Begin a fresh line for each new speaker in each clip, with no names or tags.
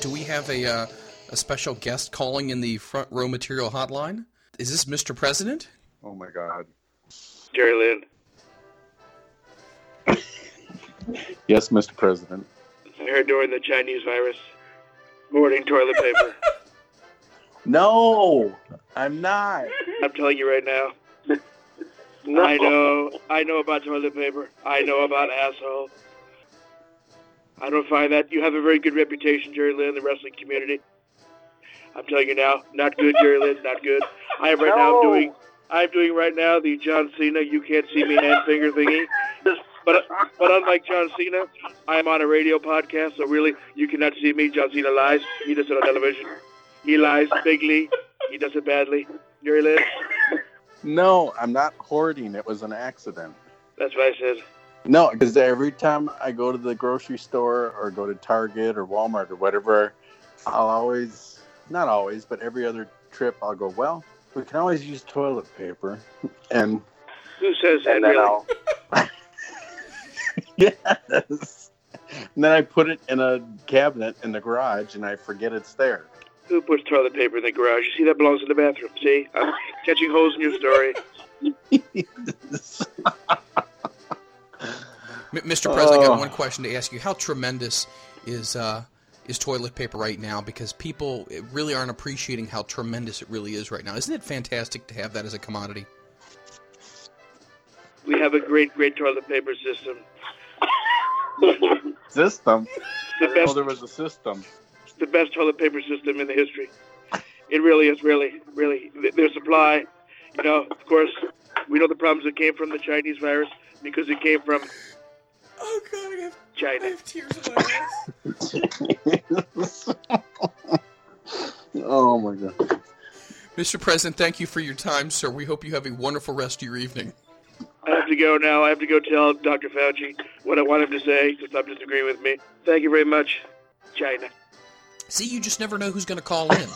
Do we have a uh, a special guest calling in the front row material hotline? Is this Mr. President?
Oh my God.
Jerry Lynn.
Yes, Mr. President.
They're doing the Chinese virus. Hoarding toilet paper.
No, I'm not.
I'm telling you right now. I know. I know about toilet paper. I know about asshole. I don't find that you have a very good reputation, Jerry Lynn, in the wrestling community. I'm telling you now, not good, Jerry Lynn, not good. I am right now. I'm doing. I'm doing right now the John Cena. You can't see me hand finger thingy. But but unlike John Cena, I'm on a radio podcast, so really you cannot see me. John Cena lies. He does it on television. He lies bigly. He does it badly. Jerry Lynn.
No, I'm not hoarding. It was an accident.
That's what I said.
No, because every time I go to the grocery store or go to Target or Walmart or whatever, I'll always, not always, but every other trip, I'll go, well, we can always use toilet paper. And
Who says that?
And then
really?
I'll- yes. And then I put it in a cabinet in the garage and I forget it's there.
Who puts toilet paper in the garage? You see, that belongs in the bathroom. See, I'm catching holes in your story.
M- Mr. President, I got
Oh.
one question to ask you. How tremendous is uh, is toilet paper right now? Because people eh, really aren't appreciating how tremendous it really is right now. Isn't it fantastic to have that as a commodity?
We have a great, great toilet paper system.
System. I
The
didn't know
best,
there was a system.
the best toilet paper system in the history. It really is, really, really. Th- Their supply, you know, of course, we know the problems that came from the Chinese virus because it came from
Oh God, I have,
China.
tears in my eyes.
oh my god.
Mr. President, thank you for your time, sir. We hope you have a wonderful rest of your evening.
I have to go now. I have to go tell Dr. Fauci what I want him to say to stop disagreeing with me. Thank you very much, China.
See, you just never know who's going to call in.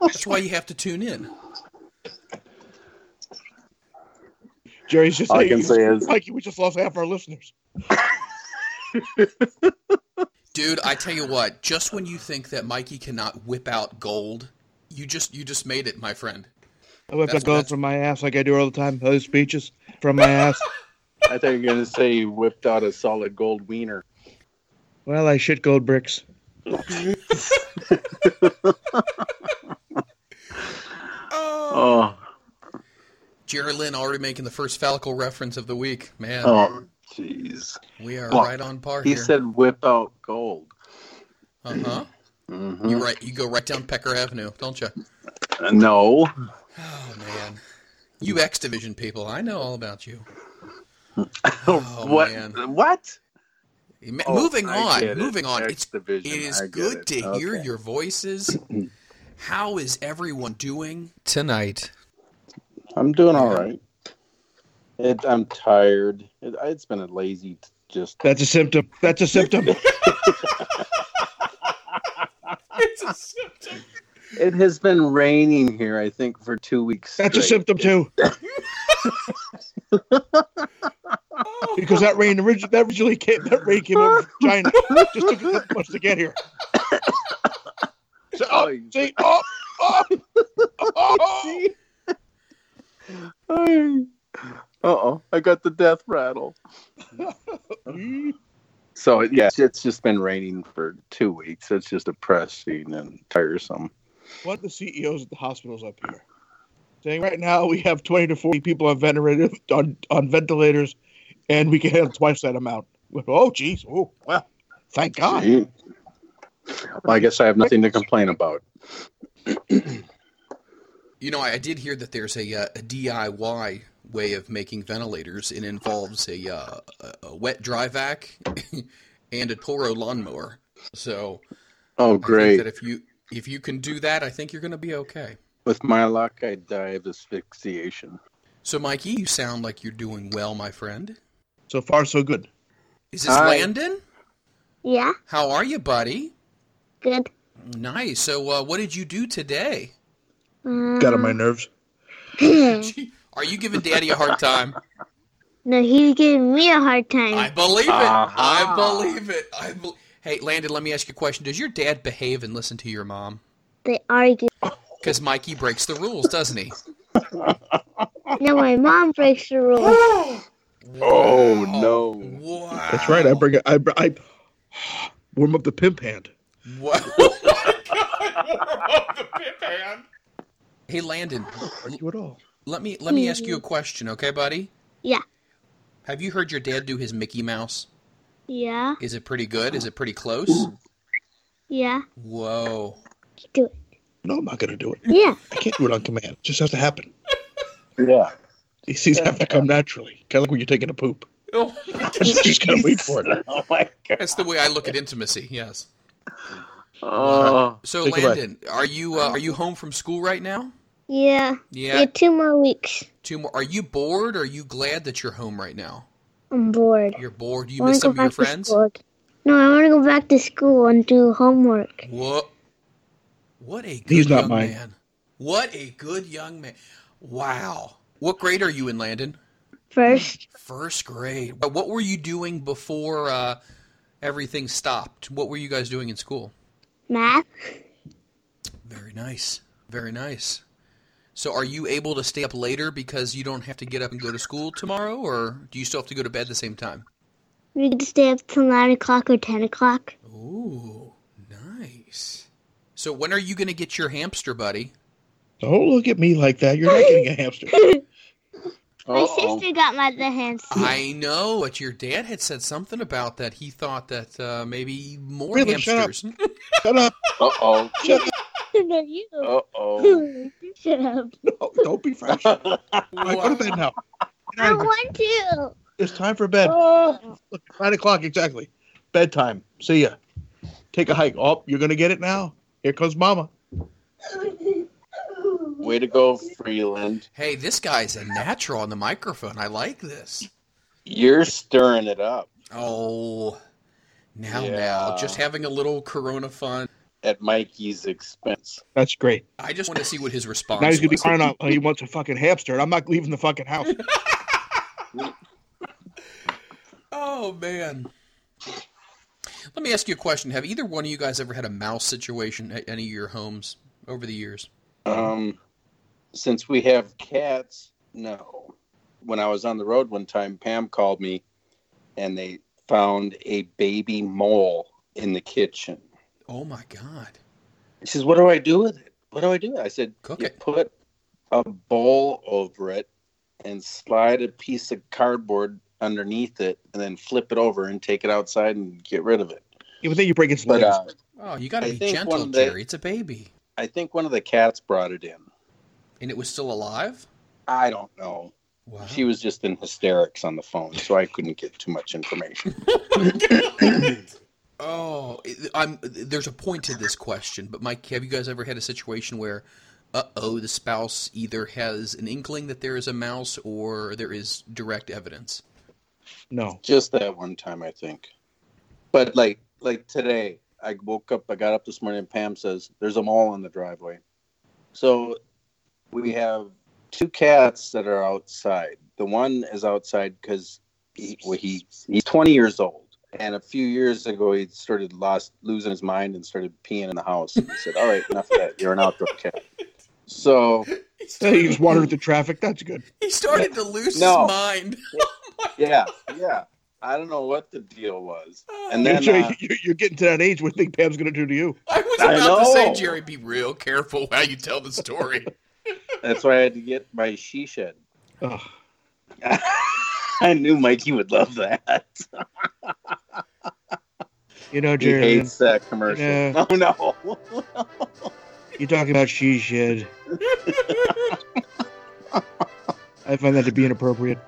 That's why you have to tune in.
Jerry's just
All I
saying,
can say is-
like we just lost half our listeners.
Dude, I tell you what, just when you think that Mikey cannot whip out gold, you just you just made it, my friend.
I whipped
That's-
out gold
that's-
from my ass like I do all the time. Those speeches from my ass.
I thought you were gonna say you whipped out a solid gold wiener.
Well, I shit gold bricks.
Oh,
Jerry Lynn already making the first fallical reference of the week. Man,
oh, jeez.
we are
fuck.
right on par
He
here.
said whip out gold.
uh-huh.
Mhm.
You right you go right down Pecker Avenue, don't you?
Uh, No.
Oh man. You X Division people, I know all about you. Oh,
what?
man.
What?
Eh, Ma-
Oh,
moving
I get
on,
it.
moving on.
X
It's
division.
It is
I get
good
it.
to hear
Okay.
your voices. How is everyone doing tonight?
I'm doing all right. It, I'm tired. It, it's been a lazy, t- just
That's a symptom. That's a symptom.
It has been raining here, I think, for two weeks.
That's a
straight.
symptom too. because that rain origi- that originally came that rain came over from China. Just took us that much to get here. So,
Oh,
oh,
you-
see, oh, oh, oh.
Uh oh, I got the death rattle.
Mm.
So yeah, it's just been raining for two weeks. It's just depressing and tiresome.
One of the CEOs at the hospitals up here saying right now we have 20 to 40 people on ventilators, on, on ventilators and we can handle twice that amount. Oh, geez. Oh, well, thank God.
Gee. Well, I guess I have nothing to complain about.
You know, I, I did hear that there's a, uh, a DIY way of making ventilators. It involves a, uh, a- a wet dry vac and a Toro lawnmower. So
Oh,
I think
great.
that if you if you can do that, I think you're going to be okay.
With my luck, I'd die of asphyxiation.
So, Mikey, you sound like you're doing well, my friend.
So far, so good.
Is this
Hi.
Landon?
Yeah,
How are you, buddy?
good.
Nice. So, uh, what did you do today?
Got on my nerves.
Um,
Gee, Are you giving Daddy a hard time?
no, he's giving me a hard time.
I believe it. I
Uh-huh.
believe it. I bel hey, Landon, let me ask you a question. Does your dad behave and listen to your mom?
They argue.
Because Mikey breaks the rules, doesn't he?
No, my mom breaks the rules.
Oh,
Wow.
no.
Wow.
That's right. I bring it. I, br- I warm up the pimp hand.
Wow. Oh my God, we're on the pit hand. Hey, Landon,
Argue at all.
let me let me ask you a question, okay, buddy?
Yeah.
Have you heard your dad do his Mickey Mouse?
Yeah,
Is it pretty good? Is it pretty close?
yeah.
Whoa.
Do it.
No, I'm not gonna do it.
Yeah.
I can't do it on command. It just has to happen.
Yeah.
These things have to come naturally. Kind of like when you're taking a poop.
Oh,
You just gotta wait for it.
Oh, my God.
that's the way I look at intimacy. Yes.
Oh,
So,
Think about it.
Landon, are you uh, are you home from school right now?
Yeah.
Yeah.
Yeah, two more weeks.
Two more. Are you bored? Or are you glad that you're home right now?
I'm bored.
You're bored. Do you
I wanna
miss
go
some of your
back to
friends?
school. No, I want to go back to school and do homework.
What? What a good
He's not
young
mine.
man. What a good young man. Wow. What grade are you in, Landon?
First,
First grade. But What were you doing before uh, everything stopped? What were you guys doing in school?
math.
Very nice. Very nice. So, are you able to stay up later because you don't have to get up and go to school tomorrow, or do you still have to go to bed at the same time?
We could stay up till 9 o'clock or 10 o'clock.
Ooh, nice. So, when are you going to get your hamster, buddy?
Don't look at me like that. You're not getting a hamster.
My
Uh-oh.
sister got my the hamster.
I know, but your dad had said something about that. He thought that uh, maybe more
Really? Shut up.
hamsters.
Shut up.
Uh-oh.
Not you.
Uh-oh.
Shut up.
No, don't be fresh. Mike, go to bed now. Get
I
out of here.
want to.
It's time for bed.
Oh.
Nine o'clock exactly. Bedtime. See ya. Take a hike. Oh, you're gonna get it now. Here comes Mama.
Way to go, Freeland.
hey, this guy's a natural on the microphone. I like this.
You're stirring it up
Oh, now, now,
Yeah.
just having a little Corona fun.
at Mikey's expense.
That's great.
I just want to see what his response
Now he's gonna be
was.
crying out. "Oh, He wants a fucking hamster, and I'm not leaving the fucking house.
oh man. Let me ask you a question. Have either one of you guys ever had a mouse situation at any of your homes over the years?
Um, since we have cats, no. When I was on the road one time, Pam called me, and they found a baby mole in the kitchen.
Oh my god.
She says, "What do I do with it? What do I do?" I said,
Cook
"You
it.
put a bowl over it, and slide a piece of cardboard underneath it, and then flip it over and take it outside and get rid of it."
You would think you break its
But
legs.
uh,
Oh, you got to
I
be
think
gentle,
one day-
Jerry. It's a baby.
I think one of the cats brought it in.
And it was still alive?
I don't know.
Wow.
She was just in hysterics on the phone, so I couldn't get too much information.
Oh, I'm. There's a point to this question, but Mike, have you guys ever had a situation where, uh oh, the spouse either has an inkling that there is a mouse or there is direct evidence?
no.
Just that one time, I think. But like, like today, I woke up. I got up this morning, and Pam says, "There's a mole in the driveway." So we have two cats that are outside. The one is outside because he, well, he he's 20 years old, and a few years ago he started lost losing his mind and started peeing in the house. And he said, "All right, enough of that. You're an outdoor cat." So
He
Hey, you just watered the traffic. That's good.
he started to lose
No.
his mind.
yeah, yeah. I don't know what the deal was. And
You're,
then
sure
uh,
you're, you're getting to that age where think Pam's gonna do to you.
I was
I
about to say,
know.
Jerry, be real careful how you tell the story.
that's why I had to get my she shed.
Ugh.
I knew Mikey would love that.
You know,
He
Jerry.
hates that commercial.
Yeah.
Oh no.
you You're talking about she shed. I find that to be inappropriate.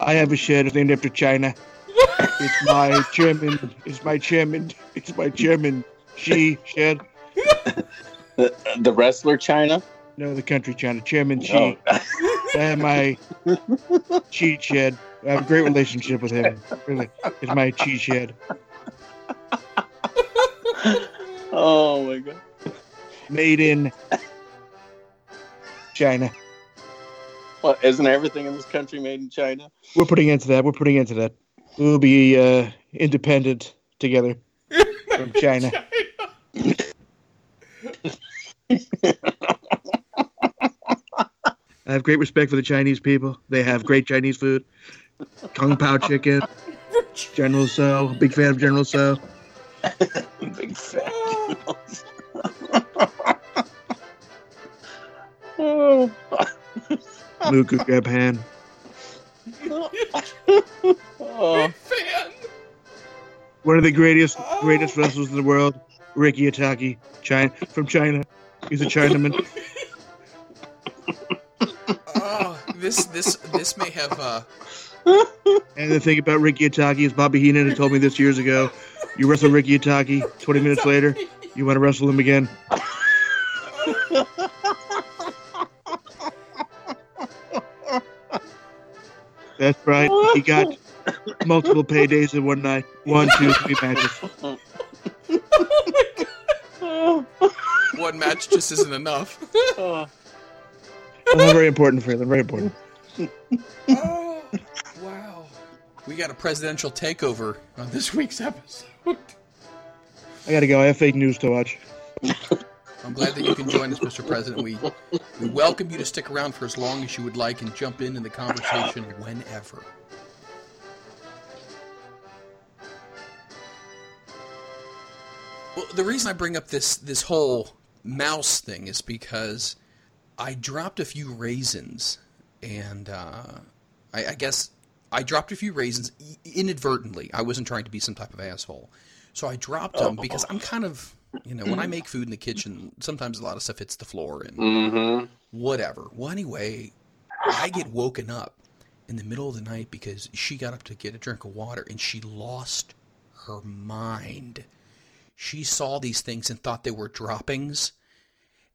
I have a shed it's named after China. It's my chairman. It's my chairman. It's my chairman. She shed.
The, the wrestler China.
No, the country China. Chairman She.
Oh.
I have my cheat shed. I have a great relationship with him. Really, it's my cheat shed.
oh my god.
Made in China.
Well, isn't everything in this country made in China?
We're putting into that. We're putting into that. We'll be uh, independent together from China. I have great respect for the Chinese people. They have great Chinese food. Kung Pao chicken. General So. Big fan of General So.
Big fat. oh.
Luke grab hand.
oh.
One of the greatest greatest wrestlers in the world, Ricky Itaki, China from China. He's a Chinaman.
Oh, this this this may have uh,
And the thing about Ricky Itaki is Bobby Heenan had told me this years ago. You wrestle Ricky Itaki, twenty minutes later, you want to wrestle him again. That's right. He got multiple paydays in one night. One, two, three matches.
one match just isn't enough.
Well, they're very important for him. They're very important.
Oh, wow. We got a presidential takeover on this week's episode.
I gotta go. I have fake news to watch.
I'm glad that you can join us, Mr. President. We we welcome you to stick around for as long as you would like and jump in in the conversation whenever. Well, the reason I bring up this this whole mouse thing is because I dropped a few raisins, and uh, I, I guess I dropped a few raisins i- inadvertently. I wasn't trying to be some type of asshole, so I dropped them because I'm kind of you know when I make food in the kitchen, sometimes a lot of stuff hits the floor and
Mm-hmm.
whatever. Well, anyway, I get woken up in the middle of the night because she got up to get a drink of water and she lost her mind. She saw these things and thought they were droppings.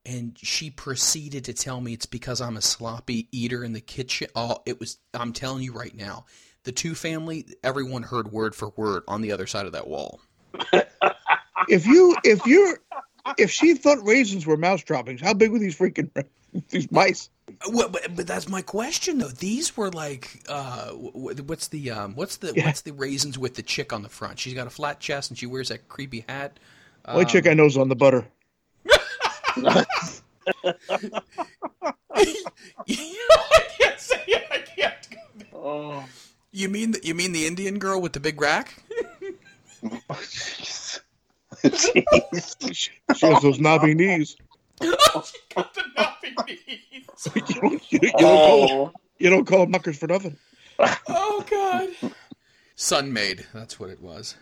And she proceeded to tell me it's because I'm a sloppy eater in the kitchen. Oh, it was, I'm telling you right now, the two family, everyone heard word for word on the other side of that wall.
If you, if you're, if she thought raisins were mouse droppings, how big were these freaking these mice?
Well, but, but that's my question though. These were like, uh, wh- wh- what's the um, what's the
Yeah.
what's the raisins with the chick on the front? She's got a flat chest and she wears that creepy hat. Um,
Only chick I know is on the butter.
I can't say it. I can't.
Oh.
You mean the, you mean the Indian girl with the big rack?
Jeez.
She has those knobby knees.
she got the nappy knees.
You don't, you, don't- you don't call,
Oh.
you don't call them knockers for nothing.
Oh God. Sun maid. That's what it was.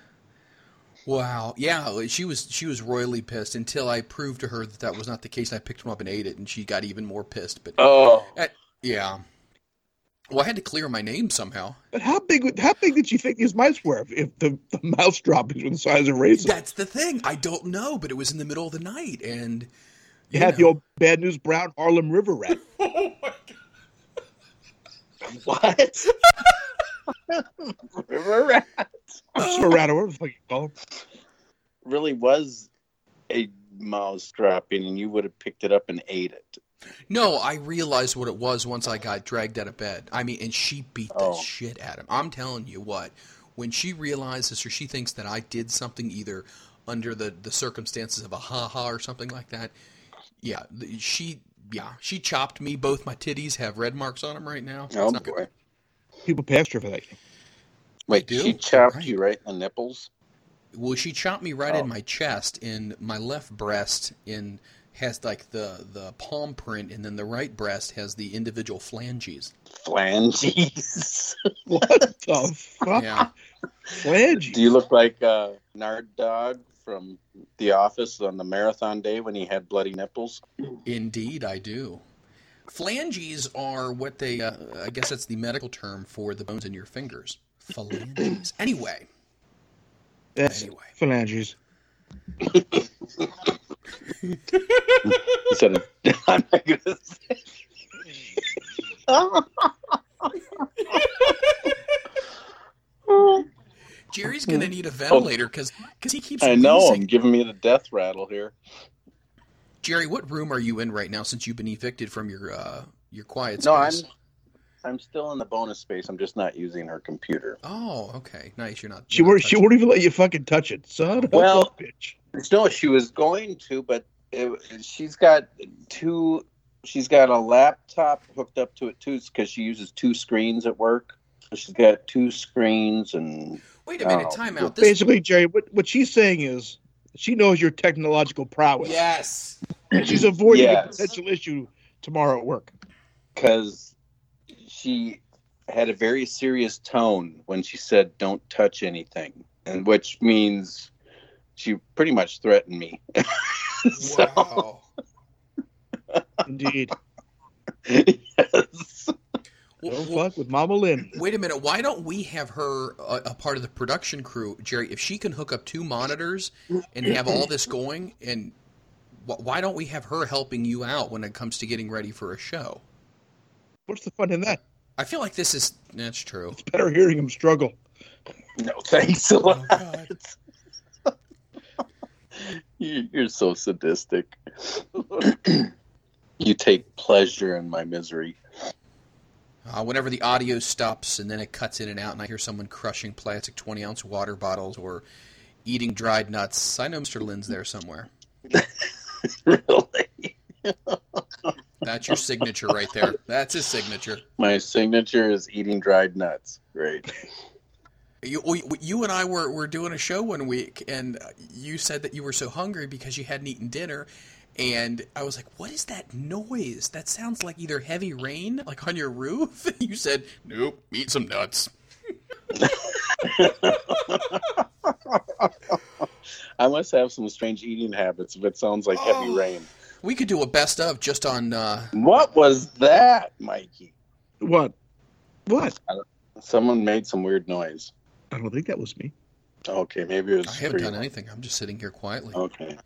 Wow. Yeah, she was she was royally pissed until I proved to her that that was not the case. And I picked him up and ate it, and she got even more pissed. But
Oh.
Yeah. Well, I had to clear my name somehow.
But how big? would- How big did she think these mice were? If, if the, the mouse droppings were the size of raisins,
That's the thing. I don't know, but it was in the middle of the night, and
you had the old bad news brown Harlem River rat.
What? River rat
Or rat, or whatever the fuck you call 'em.
really was a mouse dropping, and you would have picked it up and ate it.
no, I realized what it was once I got dragged out of bed. I mean, and she beat the
Oh.
shit out of him. I'm telling you what. When she realizes or she thinks that I did something either under the the circumstances of a ha ha or something like that, yeah, th- she yeah she chopped me. Both my titties have red marks on them right now. It's
Oh
not good.
boy!
People pay extra for that.
Wait,
do,
she chopped
right.
you right in the nipples.
Well, she chopped me right
Oh.
in my chest, in my left breast, in has like the the palm print, and then the right breast has the individual flanges.
Flanges.
What the fuck?
Yeah,
Flange.
Do you look like uh, Nard Dog from The Office on the marathon day when he had bloody nipples?
Indeed, I do. Phalanges are what they, uh, I guess that's the medical term for the bones in your fingers. Phalanges. anyway,
That's
anyway.
phalanges.
He said, I'm not going to say
Jerry's going to need a ventilator because he keeps.
I know. I'm
wheezing.
giving me the death rattle here.
Jerry, what room are you in right now since you've been evicted from your uh, your quiet space?
No, I'm I'm still in the bonus space. I'm just not using her computer.
Oh, okay. Nice. You're not.
She
you're not
won't. She
touching-
won't even let you fucking touch it, son. of a
Well-
bitch.
No, she was going to, but it, she's got two. She's got a laptop hooked up to it too, because she uses two screens at work. So she's got two screens, and
Wait a minute.
Oh,
Time
well,
out. This.
Basically, Jerry, what, what she's saying is she knows your technological prowess.
Yes.
And she's avoiding a
Yes.
potential issue tomorrow at work.
because she had a very serious tone when she said, "Don't touch anything," and which means she pretty much threatened me. so,
Wow.
Indeed.
yes.
Well,
Don't
well,
fuck with Mama Lynn.
wait a minute. Why don't we have her a, a part of the production crew, Jerry? If she can hook up two monitors and have all this going, and wh- why don't we have her helping you out when it comes to getting ready for a show?
What's the fun in that?
I feel like this is. That's true.
It's better hearing him struggle.
No, thanks a lot.
Oh, God.
You- You're so sadistic. you take pleasure in my misery.
Uh, whenever the audio stops and then it cuts in and out, and I hear someone crushing plastic 20 ounce water bottles or eating dried nuts, I know Mr. Lynn's there somewhere.
really?
That's your signature right there. That's his signature.
My signature is eating dried nuts. Great.
You, we- you and I were, were doing a show one week, and uh, you said that you were so hungry because you hadn't eaten dinner. And I was like, What is that noise? That sounds like either heavy rain, like on your roof. You said, Nope, eat some nuts.
I must have some strange eating habits if it sounds like heavy
Oh.
rain.
We could do a best of just on uh,
What was that, Mikey?
What? What?
Someone made some weird noise.
I don't think that was me.
Okay, maybe it was.
I haven't
for you.
done anything. I'm just sitting here quietly.
Okay.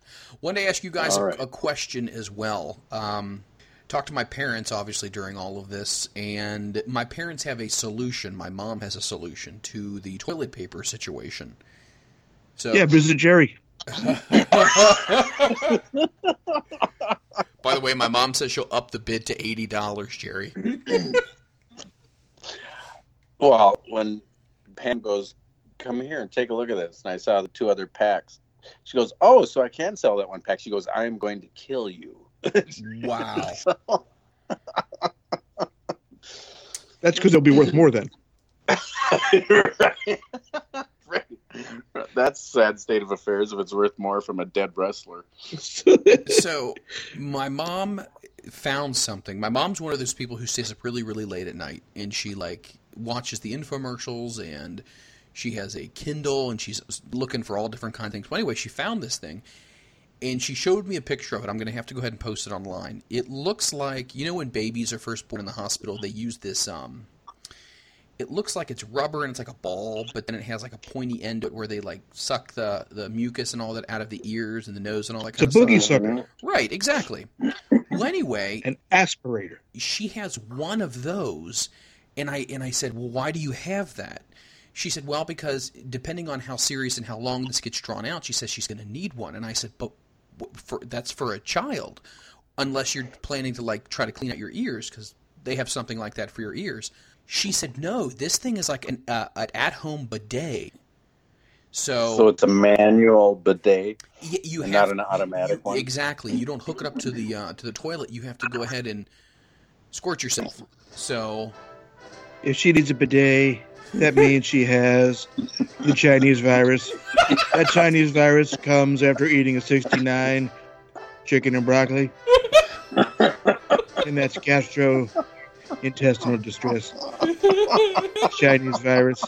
Wanted to ask you guys a,
All right.
a question as well. Um, talked to my parents, obviously, during all of this, and my parents have a solution. My mom has a solution to the toilet paper situation. So,
Yeah, visit Jerry.
by the way, my mom says she'll up the bid to eighty dollars, Jerry.
Well, when Pam goes, come here and take a look at this, and I saw the two other packs, she goes, oh, so I can sell that one pack. She goes, I am going to kill you.
Wow.
That's because it'll be worth more then.
right. That's a sad state of affairs if it's worth more from a dead wrestler.
so my mom found something. My mom's one of those people who stays up really, really late at night, and she like watches the infomercials, and she has a Kindle, and she's looking for all different kinds of things. But anyway, she found this thing, and she showed me a picture of it. I'm going to have to go ahead and post it online. It looks like you know when babies are first born in the hospital, they use this um. It looks like it's rubber and it's like a ball, but then it has like a pointy end to it where they like suck the, the mucus and all that out of the ears and the nose and all that
It's a
kind of stuff.
boogie sucker,
Right, exactly. Well, anyway,
an aspirator.
she has one of those, and I and I said, "Well, why do you have that?" She said, "Well, because depending on how serious and how long this gets drawn out, she says she's going to need one." And I said, "But w- for that's for a child, unless you're planning to like try to clean out your ears because they have something like that for your ears." She said, "No, this thing is like an uh, an at-home bidet." So,
So it's a manual bidet.
Y- you
And
have,
not an automatic
you-
one?
Exactly. You don't hook it up to the uh, to the toilet. You have to go ahead and squirt yourself. So
If she needs a bidet, that means she has the Chinese virus. That Chinese virus comes after eating a 69 chicken and broccoli, and that's gastrointestinal distress. Chinese virus.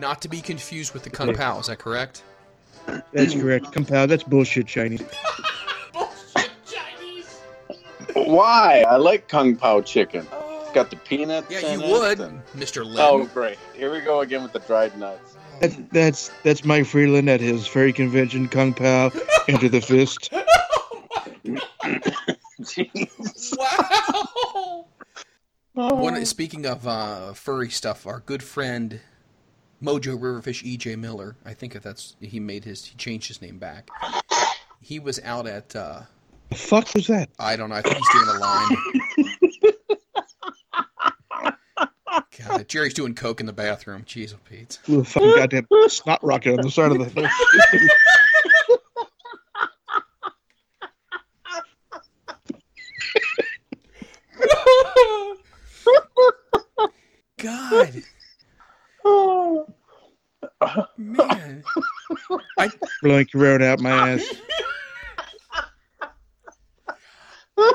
Not to be confused with the Kung Pao, is that correct?
That's correct. Compound. That's bullshit, Chinese.
Bullshit Chinese!
Why? I like Kung Pao chicken. It's got the peanuts.
Yeah, you
in it
would,
and-
Mr. Lin.
Oh, great. Here we go again with the dried nuts.
That's that's that's Mike Freeland at his furry convention. Kung Pao. Enter the fist.
Jeez.
Wow!
Oh.
One, speaking of uh, furry stuff, our good friend Mojo Riverfish E.J. Miller, I think if that's he made his he changed his name back. He was out at uh,
The fuck was that?
I don't know. I think he's doing a line. God, Jerry's doing coke in the bathroom. Jeez, oh, Pete.
Blew a fucking goddamn snot rocket on the side of the thing.
God, man.
blowing Corona out my ass.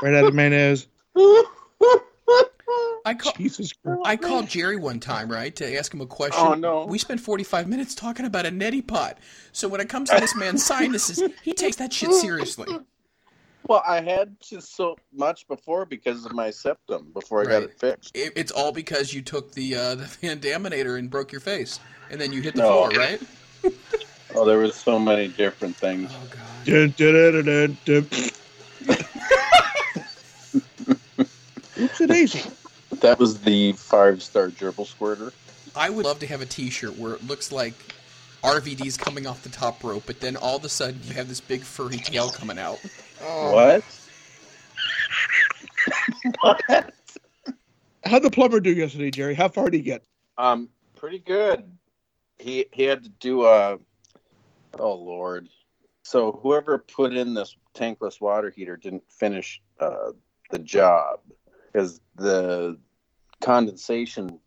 right out of my nose.
I call,
Jesus Christ.
I called Jerry one time, right, to ask him a question.
Oh, no.
We spent 45 minutes talking about a neti pot. So when it comes to this man's sinuses, he takes that shit seriously.
Well, I had just so much before because of my septum before I got
Right.
it fixed.
It, it's all because you took the uh, the Van Daminator and broke your face, and then you hit the floor,
No.
right?
Oh, there was so many different things.
Oh God.
Dun, dun, dun, dun, dun. Oops, it daisy.
That was the five star gerbil squirter.
I would love to have a T-shirt where it looks like RVD's coming off the top rope, but then all of a sudden you have this big furry tail coming out. Oh.
What?
How'd the plumber do yesterday, Jerry? How far did he get?
Um, pretty good. He he had to do a. Oh Lord! So whoever put in this tankless water heater didn't finish uh, the job because the condensation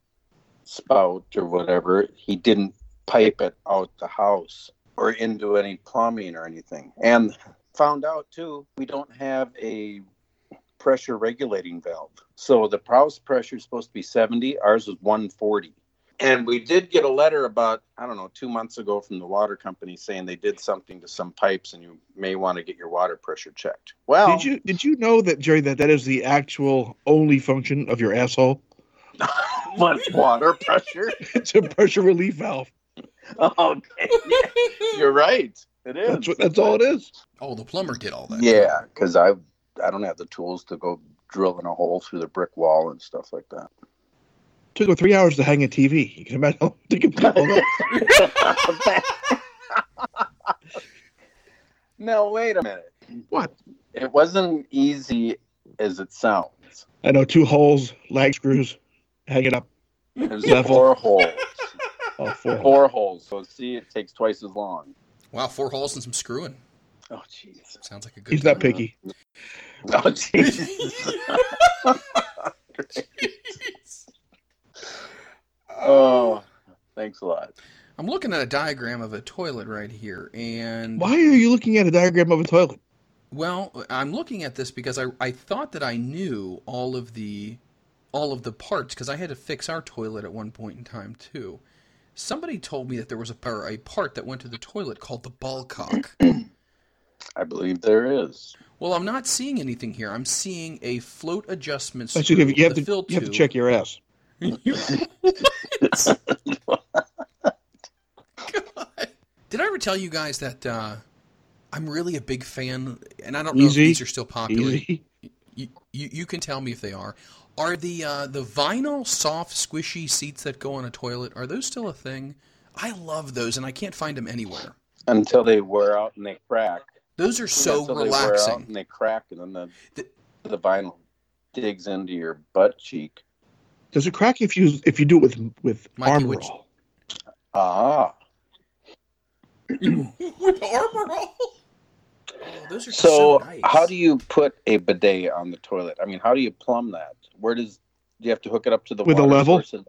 spout or whatever he didn't pipe it out the house or into any plumbing or anything. And found out too, we don't have a pressure regulating valve. So the Proust pressure is supposed to be 70, ours was 140. And we did get a letter about, I don't know, two months ago from the water company saying they did something to some pipes and you may want to get your water pressure checked. Well,
Did you did you know that Jerry that that is the actual only function of your asshole?
what water pressure?
It's a pressure relief valve.
okay. You're right. It is.
That's what, that's all it is.
Oh, the plumber did all that.
Yeah, because I I don't have the tools to go drilling a hole through the brick wall and stuff like that.
Took him three hours to hang a TV. You can imagine how big it was.
no, wait a minute.
What?
It wasn't easy as it sounds.
I know two holes, lag screws, hang it up.
It was
Level.
four holes.
All four.
Four holes. So see, it takes twice as long.
Wow, four holes and some screwing.
Oh, jeez.
Sounds like a good.
He's not
time.
picky.
Oh, jeez. oh, thanks a lot.
I'm looking at a diagram of a toilet right here, and
Why are you looking at a diagram of a toilet?
well, I'm looking at this because I I thought that I knew all of the all of the parts because I had to fix our toilet at one point in time too. Somebody told me that there was a, or a part that went to the toilet called the ball cock.
I believe there is.
Well, I'm not seeing anything here. I'm seeing a float adjustment screw.
Actually, you have
the
to
fill
you have to
tube.
check your ass.
God. Did I ever tell you guys that uh, I'm really a big fan, and I don't know
Easy.
if these are still popular.
Easy.
You, you you can tell me if they are. Are the uh, the vinyl soft squishy seats that go on a toilet are those still a thing? I love those, and I can't find them anywhere.
Until they wear out and they crack.
Those are so
Until they wear out
relaxing.
and they crack, and then the,
The-
the vinyl digs into your butt cheek.
Does it crack if you if you do it with with
Mikey,
arm
which-
roll?
Ah.
With armor roll. Oh, those are
So,
so, nice.
how do you put a bidet on the toilet? I mean, how do you plumb that? Where does do you have to hook it up to the
With a
water
level?
source and-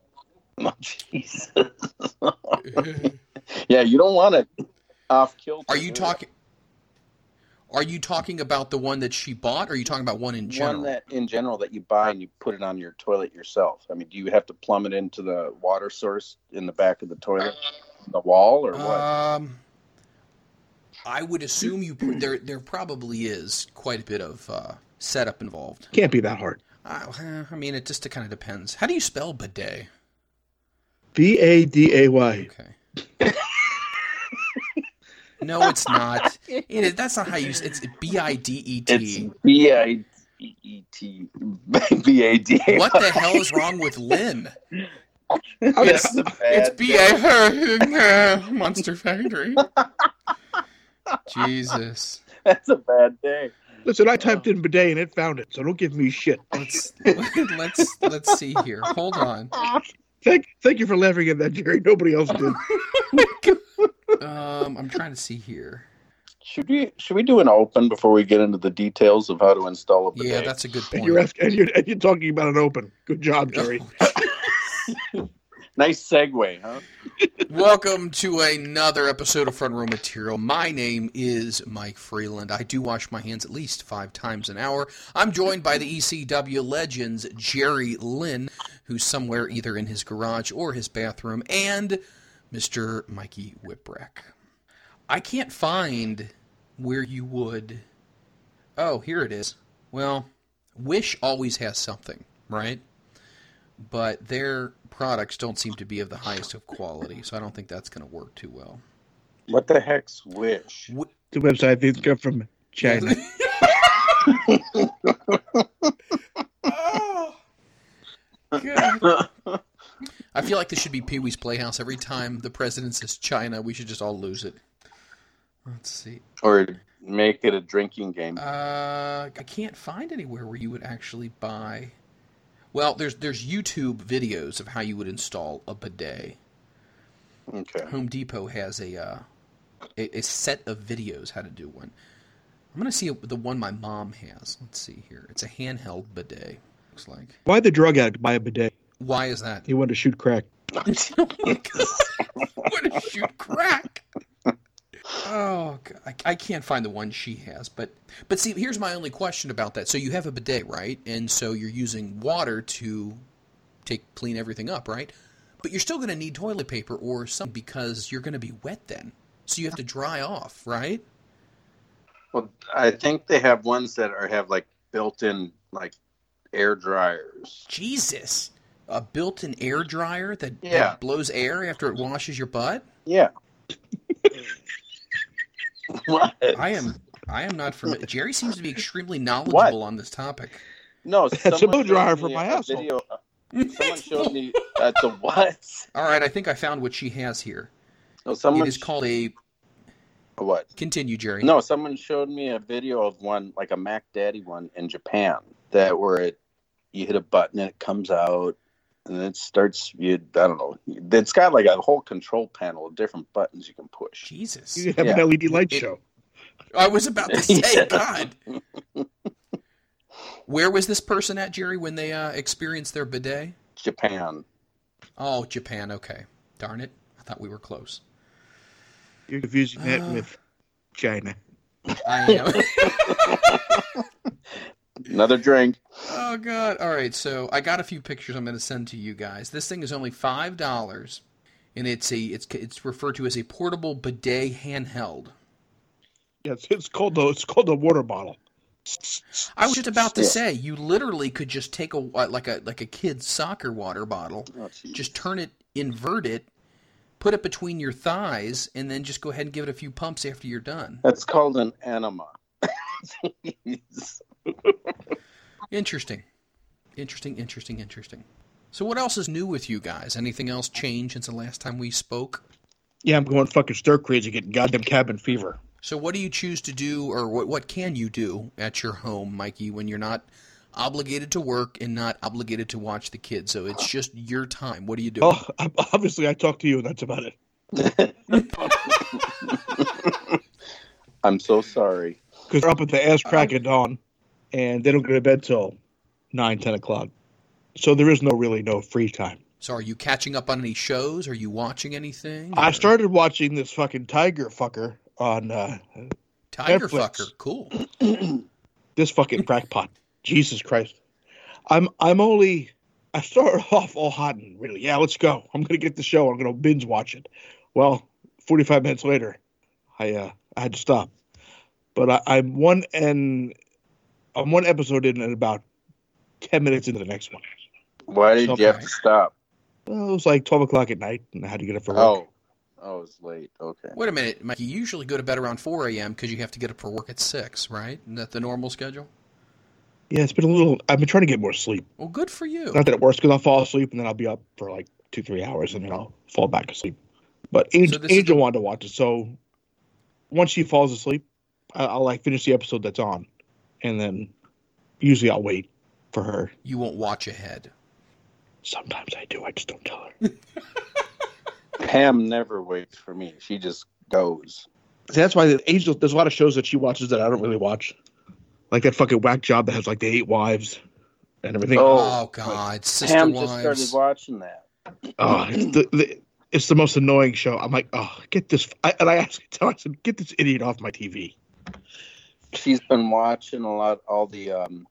Oh, Jesus. yeah, you don't want it off kilter.
Are you
do
talking? Are you talking about the one that she bought? Or are you talking about one in general?
One that in general that you buy and you put it on your toilet yourself. I mean, do you have to plumb it into the water source in the back of the toilet, the wall, or what?
Um, I would assume you put, there. There probably is quite a bit of uh, setup involved.
Can't be that hard.
I, I mean, it just kind of depends. How do you spell bidet?
B A D A Y.
Okay. no, it's not. It is, that's not how you. s- It's B I D E
it's
T.
B I E T B A E D.
What the hell is wrong with Lynn?
That's the
It's
bad
B E A Monster Factory. Jesus.
That's a bad day.
Listen, I typed in bidet and it found it, so don't give me shit.
Let's let's let's see here. Hold on.
Thank, thank you for laughing at that, Jerry. Nobody else did.
Um, I'm trying to see here.
Should we should we do an open before we get into the details of how to install a bidet?
Yeah, that's a good
And
point.
you're, asking, and, you're, and you're talking about an open. Good job, Jerry.
nice segue, huh?
Welcome to another episode of Front Row Material. My name is Mike Freeland. I do wash my hands at least five times an hour. I'm joined by the ECW legends Jerry Lynn, who's somewhere either in his garage or his bathroom, and Mr. Mikey Whipwreck. I can't find where you would. Oh, here it is. Well, Wish always has something, right? but their products don't seem to be of the highest of quality, so I don't think that's going to work too well.
What the heck's wish?
the website these come from China.
Oh, God. I feel like this should be Pee Wee's Playhouse. Every time the president says China, we should just all lose it. Let's see.
Or make it a drinking game.
Uh, I can't find anywhere where you would actually buy. Well, there's there's YouTube videos of how you would install a bidet.
Okay.
Home Depot has a uh, a, a set of videos how to do one. I'm gonna see the one my mom has. Let's see here. It's a handheld bidet. Looks like.
Why the drug addict buy a bidet?
Why is that?
He wanted to shoot crack.
Oh What a shoot crack. Oh, God. I, I can't find the one she has, but but see, here's my only question about that. So you have a bidet, right? And so you're using water to take clean everything up, right? But you're still going to need toilet paper or something because you're going to be wet then. So you have to dry off, right?
Well, I think they have ones that are have like built-in like air dryers.
Jesus. A built-in air dryer that,
Yeah.
that blows air after it washes your butt?
Yeah. what?
I am I am not familiar. Jerry seems to be extremely knowledgeable on this topic.
No,
That's a
someone
blow dryer
showed
for
me
my
a
asshole.
Video. Someone showed me uh, the what?
All right, I think I found what she has here.
No, someone
it is called a
a what?
continue, Jerry.
No, someone showed me a video of one like a Mac Daddy one in Japan that where it you hit a button and it comes out and then it starts you I don't know. It's got like a whole control panel of different buttons you can push.
Jesus.
You could have
Yeah.
an LED light
It-
show.
I was about to say,
Yeah.
God. Where was this person at, Jerry, when they uh, experienced their bidet?
Japan.
Oh, Japan. Okay. Darn it. I thought we were close.
You're confusing that
Uh.
with China.
I am.
Another drink.
Oh god. All right, so I got a few pictures I'm going to send to you guys. This thing is only $5 and it's a it's it's referred to as a portable bidet handheld.
Yeah, it's, it's called the it's called the water bottle.
I was just about to
Yeah.
say you literally could just take a wa- like a like a kid's soccer water bottle,
Oh, geez.
just turn it invert it, put it between your thighs and then just go ahead and give it a few pumps after you're done.
That's called an enema.
Interesting. Interesting, interesting, interesting. So what else is new with you guys? Anything else changed since the last time we spoke?
Yeah, I'm going fucking stir crazy, getting goddamn cabin fever.
So, what do you choose to do, or what, what can you do at your home, Mikey, when you're not obligated to work and not obligated to watch the kids? So, it's just your time. What do you do?
Oh, ob- obviously I talked to you, and that's about it.
I'm so sorry.
Because they're up at the ass crack of dawn, and they don't go to bed till nine, ten o'clock. So there is no really no free time.
So, are you catching up on any shows? Are you watching anything?
I
Or-
started watching this fucking tiger fucker on uh,
Tiger
Netflix.
fucker. Cool.
this fucking crackpot. Jesus Christ. I'm I'm only I started off all hot and really, yeah, let's go. I'm gonna get the show, I'm gonna binge watch it. Well, forty five minutes later, I uh I had to stop. But I, I'm one and I'm one episode in and about ten minutes into the next one.
Why did you have
Okay.
to stop?
Well, it was like twelve o'clock at night and I had to get up for work.
Oh, oh, it's late. Okay.
Wait a minute, Mike. You usually go to bed around 4 a.m. because you have to get up for work at 6, right? Isn't that the normal schedule?
Yeah, it's been a little I've been trying to get more sleep.
Well, good for you.
Not that it works because I'll fall asleep and then I'll be up for like two, three hours and then I'll fall back asleep. But Angel,
this is
Angel
the-
wanted to watch it, so once she falls asleep, I- I'll like finish the episode that's on, and then usually I'll wait for her.
You won't watch ahead.
Sometimes I do. I just don't tell her.
Pam never waits for me. She just goes.
See, that's why Angel. There's a lot of shows that she watches that I don't really watch, like that fucking whack job that has like the eight wives and everything. Oh,
Oh,
Oh, God. Sister
Pam
Wives.
just started watching that.
Ah, it's, the, the, it's the most annoying show. I'm like, oh, get this. I, and I asked, I said, get this idiot off my TV.
She's been watching a lot all the um,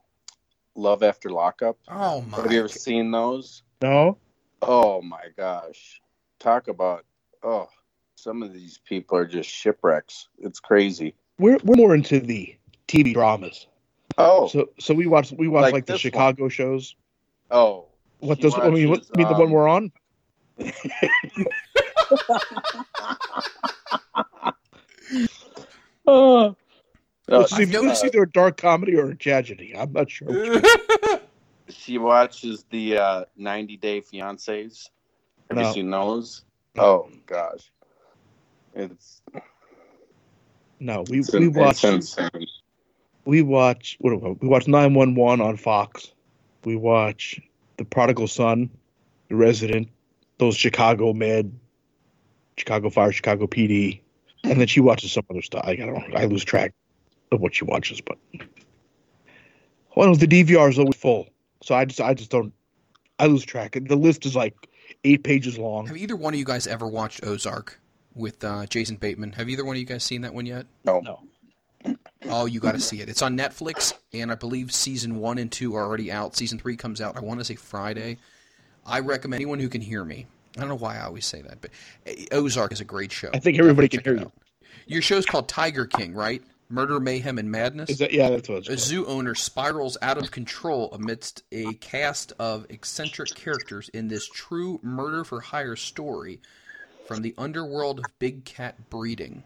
Love After Lockup.
oh, my.
Have you ever
g-
seen those?
No.
Oh my gosh. Talk about oh some of these people are just shipwrecks. It's crazy.
we're we're more into the TV dramas.
Oh
So so we watch we watch like,
Like
the
this
Chicago shows.
oh
What
She
does I mean? What,
watches,
I mean the one
um,
we're on?
oh
Let's
I've
see, if- let's
noticed-
see either a dark comedy or a tragedy. I'm not sure. which one.
she watches the uh, 90 day fiancés. Have
No.
you seen those?
No.
Oh gosh. It's,
No, we
it's,
we
an-
watch
it's insane.
we watch what do we, we watch nine one one on Fox. We watch The Prodigal Son, The Resident, those Chicago Med, Chicago Fire, Chicago PD, and then she watches some other stuff. I, I don't I lose track of what she watches, but well, the DVR is always full, so I just I just don't I lose track. The list is like eight pages long.
Have either one of you guys ever watched Ozark with uh, Jason Bateman? Have either one of you guys seen that one yet?
No.
No.
Oh, you got to see it. It's on Netflix, and I believe season one and two are already out. Season three comes out, I want to say Friday. I recommend anyone who can hear me. I don't know why I always say that, but eh, Ozark is a great show.
I think everybody can
Check it
hear you.
out. Your show's called Tiger King, right? Murder, Mayhem, and Madness?
Is that yeah? That's what it's
A
called.
zoo owner spirals out of control amidst a cast of eccentric characters in this true murder for hire story from the underworld of big cat breeding.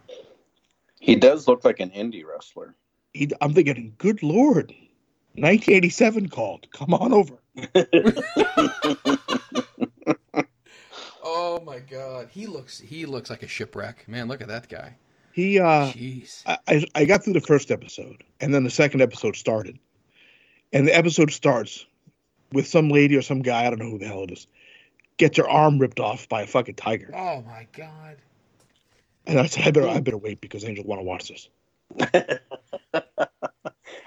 He does look like an indie wrestler.
He- I'm thinking, good lord, 1987 called. Come on over.
Oh my god, he looks he looks like a shipwreck. Man, look at that guy.
He uh,
Jeez.
I- I, I got through the first episode, and then the second episode started. And the episode starts with some lady or some guy, I don't know who the hell it is, gets her arm ripped off by a fucking tiger.
Oh my god.
And I said, I better, I better wait because Angel want to watch this.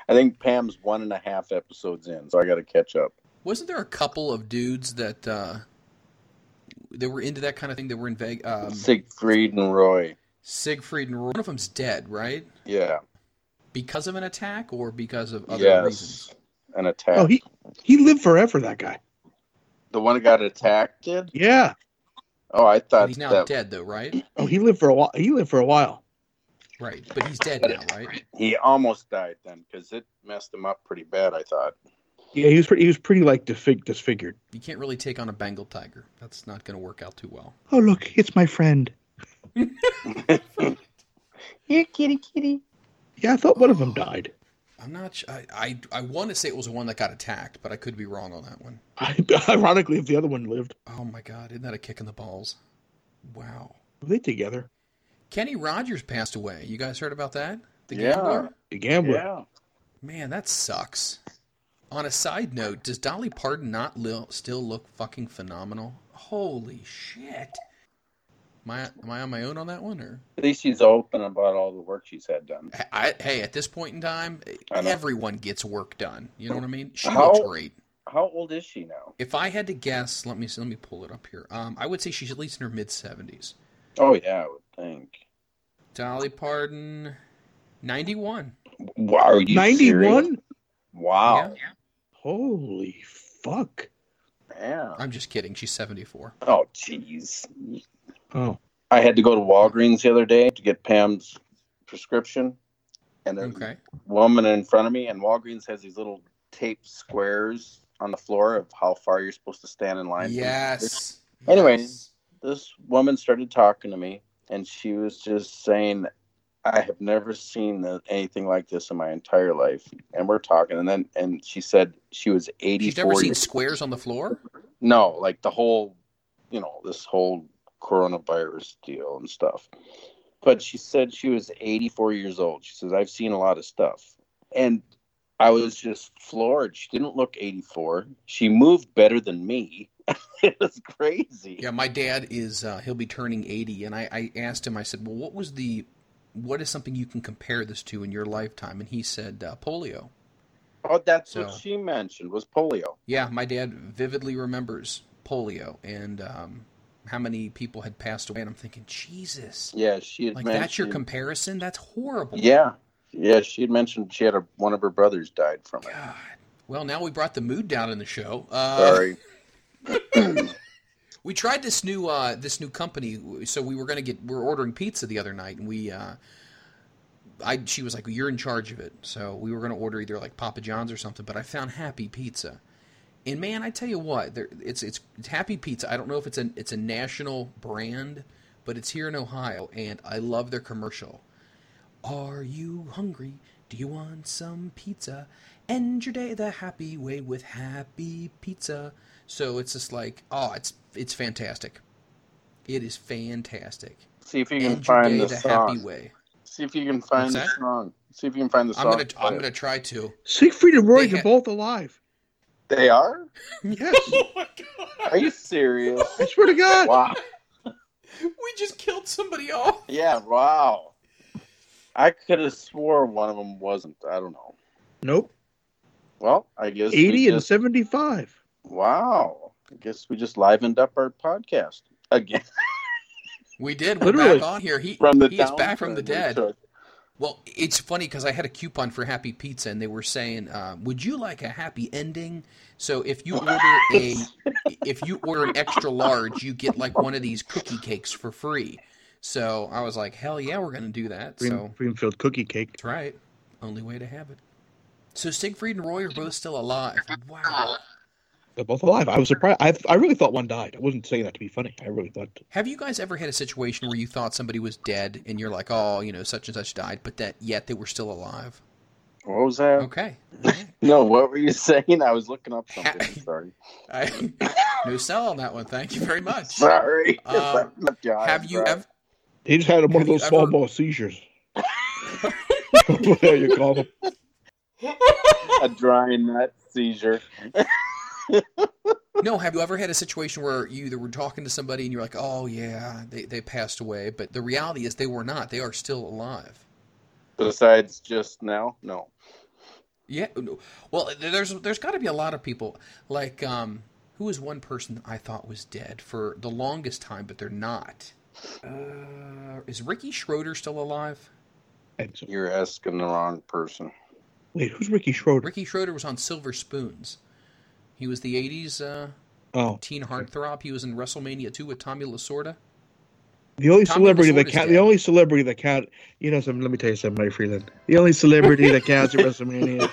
I think Pam's one and a half episodes in, so I got to catch up.
Wasn't there a couple of dudes that uh they were into that kind of thing that were in Vegas? Um,
Siegfried and Roy.
Siegfried and Roy. One of them's dead, right?
Yeah.
Because of an attack or because of other
yes.
reasons?
An attack.
Oh, he he lived forever, that guy.
the one that got attacked did?
Yeah.
Oh, I
But
thought
he's now
that
dead, though, right?
Oh, he lived for a while. He lived for a while.
Right. But he's dead now, right?
he almost died then because it messed him up pretty bad. I thought.
Yeah, he was pretty. He was pretty like disfig- disfigured.
You can't really take on a Bengal tiger. That's not going to work out too well.
Oh, look, it's my friend.
Here, kitty, kitty.
Yeah, I thought one of them died.
I'm not. su- I I, I want to say it was the one that got attacked, but I could be wrong on that one.
I, ironically, if the other one lived,
Oh my God! Isn't that a kick in the balls? Wow.
were they together?
Kenny Rogers passed away. You guys heard about that? The
Yeah.
gambler.
The gambler.
Yeah.
Man, that sucks. On a side note, does Dolly Parton not li- still look fucking phenomenal? Holy shit! Am I, am I on my own on that one, or
At least she's open about all the work she's had done.
I, hey, at this point in time,
I know.
everyone gets work done. You know what I mean? She
How-
looks great.
How old is she now?
If I had to guess, let me see, let me pull it up here. Um, I would say she's at least in her mid seventies.
Oh yeah, I would think.
Dolly Parton, 91.
Wow, are you serious?
91?
Wow.
Yeah.
Holy fuck.
Yeah.
I'm just kidding. She's 74.
Oh, jeez.
Oh.
I had to go to Walgreens the other day to get Pam's prescription, and there's
Okay.
woman in front of me, and Walgreens has these little taped squares on the floor of how far you're supposed to stand in line.
Yes.
Anyway.
Yes.
This woman started talking to me, and she was just saying, "I have never seen the- anything like this in my entire life." And we're talking, and then and she said she was
She's
84.
never seen
years-
squares on the floor?
no, like the whole, you know, this whole coronavirus deal and stuff. But she said she was 84 years old. She says, I've seen a lot of stuff. And I was just floored. She didn't look 84. She moved better than me. it was crazy.
Yeah, my dad is, uh, he'll be turning 80. And I, I asked him, I said, well, what was the, what is something you can compare this to in your lifetime? And he said, uh, polio.
Oh, that's what
So-
she mentioned was polio.
Yeah, my dad vividly remembers polio and um, how many people had passed away. And I'm thinking, Jesus,
Yeah, she had
like
mentioned.
that's your comparison? That's horrible.
yeah. Yeah, she had mentioned she had a, one of her brothers died from it.
God. Well, now we brought the mood down in the show. Uh,
Sorry.
We tried this new uh, this new company, so we were gonna get we were ordering pizza the other night, and we uh, I she was like, "You're in charge of it," so we were gonna order either like Papa John's or something. But I found Happy Pizza, and man, I tell you what, there, it's, it's it's Happy Pizza. I don't know if it's an it's a national brand, but it's here in Ohio, and I love their commercial. Are you hungry? Do you want some pizza? End your day the happy way with Happy Pizza. So it's just like, oh, it's it's fantastic. It is fantastic.
See if you can
End your
find
day
the
the happy
song.
way.
See if you can
What's
find the
that?
song. See if you can find the
I'm
song.
gonna I'm gonna try to.
Siegfried and Roy,
They
they're
ha-
both alive.
They are?
Yes.
Oh
Are you serious?
I swear to God.
wow.
We just killed somebody off.
Yeah, wow. I could have swore one of them wasn't. I don't know.
Nope.
Well, I guess we
80 and
just-
75.
wow. I guess we just livened up our podcast again
We did. We're
Literally.
back on here. He
from the
he is back from the
downturn we
dead.
took.
Well, it's funny because I had a coupon for Happy Pizza, and they were saying, uh, "Would you like a happy ending?" So if you order a, if you order an extra large, you get like one of these cookie cakes for free. So I was like, "Hell yeah, we're gonna do that."
Green,
So
Greenfield cookie cake.
that's right, only way to have it. So Siegfried and Roy are both still alive. Wow.
They're both alive. I was surprised. I, I really thought one died. I wasn't saying that to be funny. I really thought.
Have you guys ever had a situation where you thought somebody was dead, and you're like, "Oh, you know, such and such died," but that yet they were still alive?
What was that?
Okay.
No, what were you saying? I was looking up something.
Happy-
Sorry.
I, no sell on that one. Thank you very much.
Sorry.
Um, Have you ever?
He just had one
Have
of those
you
small
ever-
ball seizures. Whatever you call them.
a dry nut seizure?
No, have you ever had a situation where you either were talking to somebody and you're like, "Oh yeah, they they passed away," but the reality is they were not. They are still alive.
Besides just now? No.
Yeah. no- Well, there's there's got to be a lot of people like um, who is one person I thought was dead for the longest time, but they're not. Uh, is Ricky Schroeder still alive?
And so-
You're asking the wrong person.
Wait, who's Ricky Schroeder?
Ricky Schroeder was on Silver Spoons. He was the '80s uh,
Oh,
teen heartthrob. He was in WrestleMania 2 with Tommy Lasorda.
the only
Tommy
celebrity that
Lasorda's
count.
dead.
The only celebrity that count. You know, something. Let me tell you something, Mike Freeland. The only celebrity that counts at WrestleMania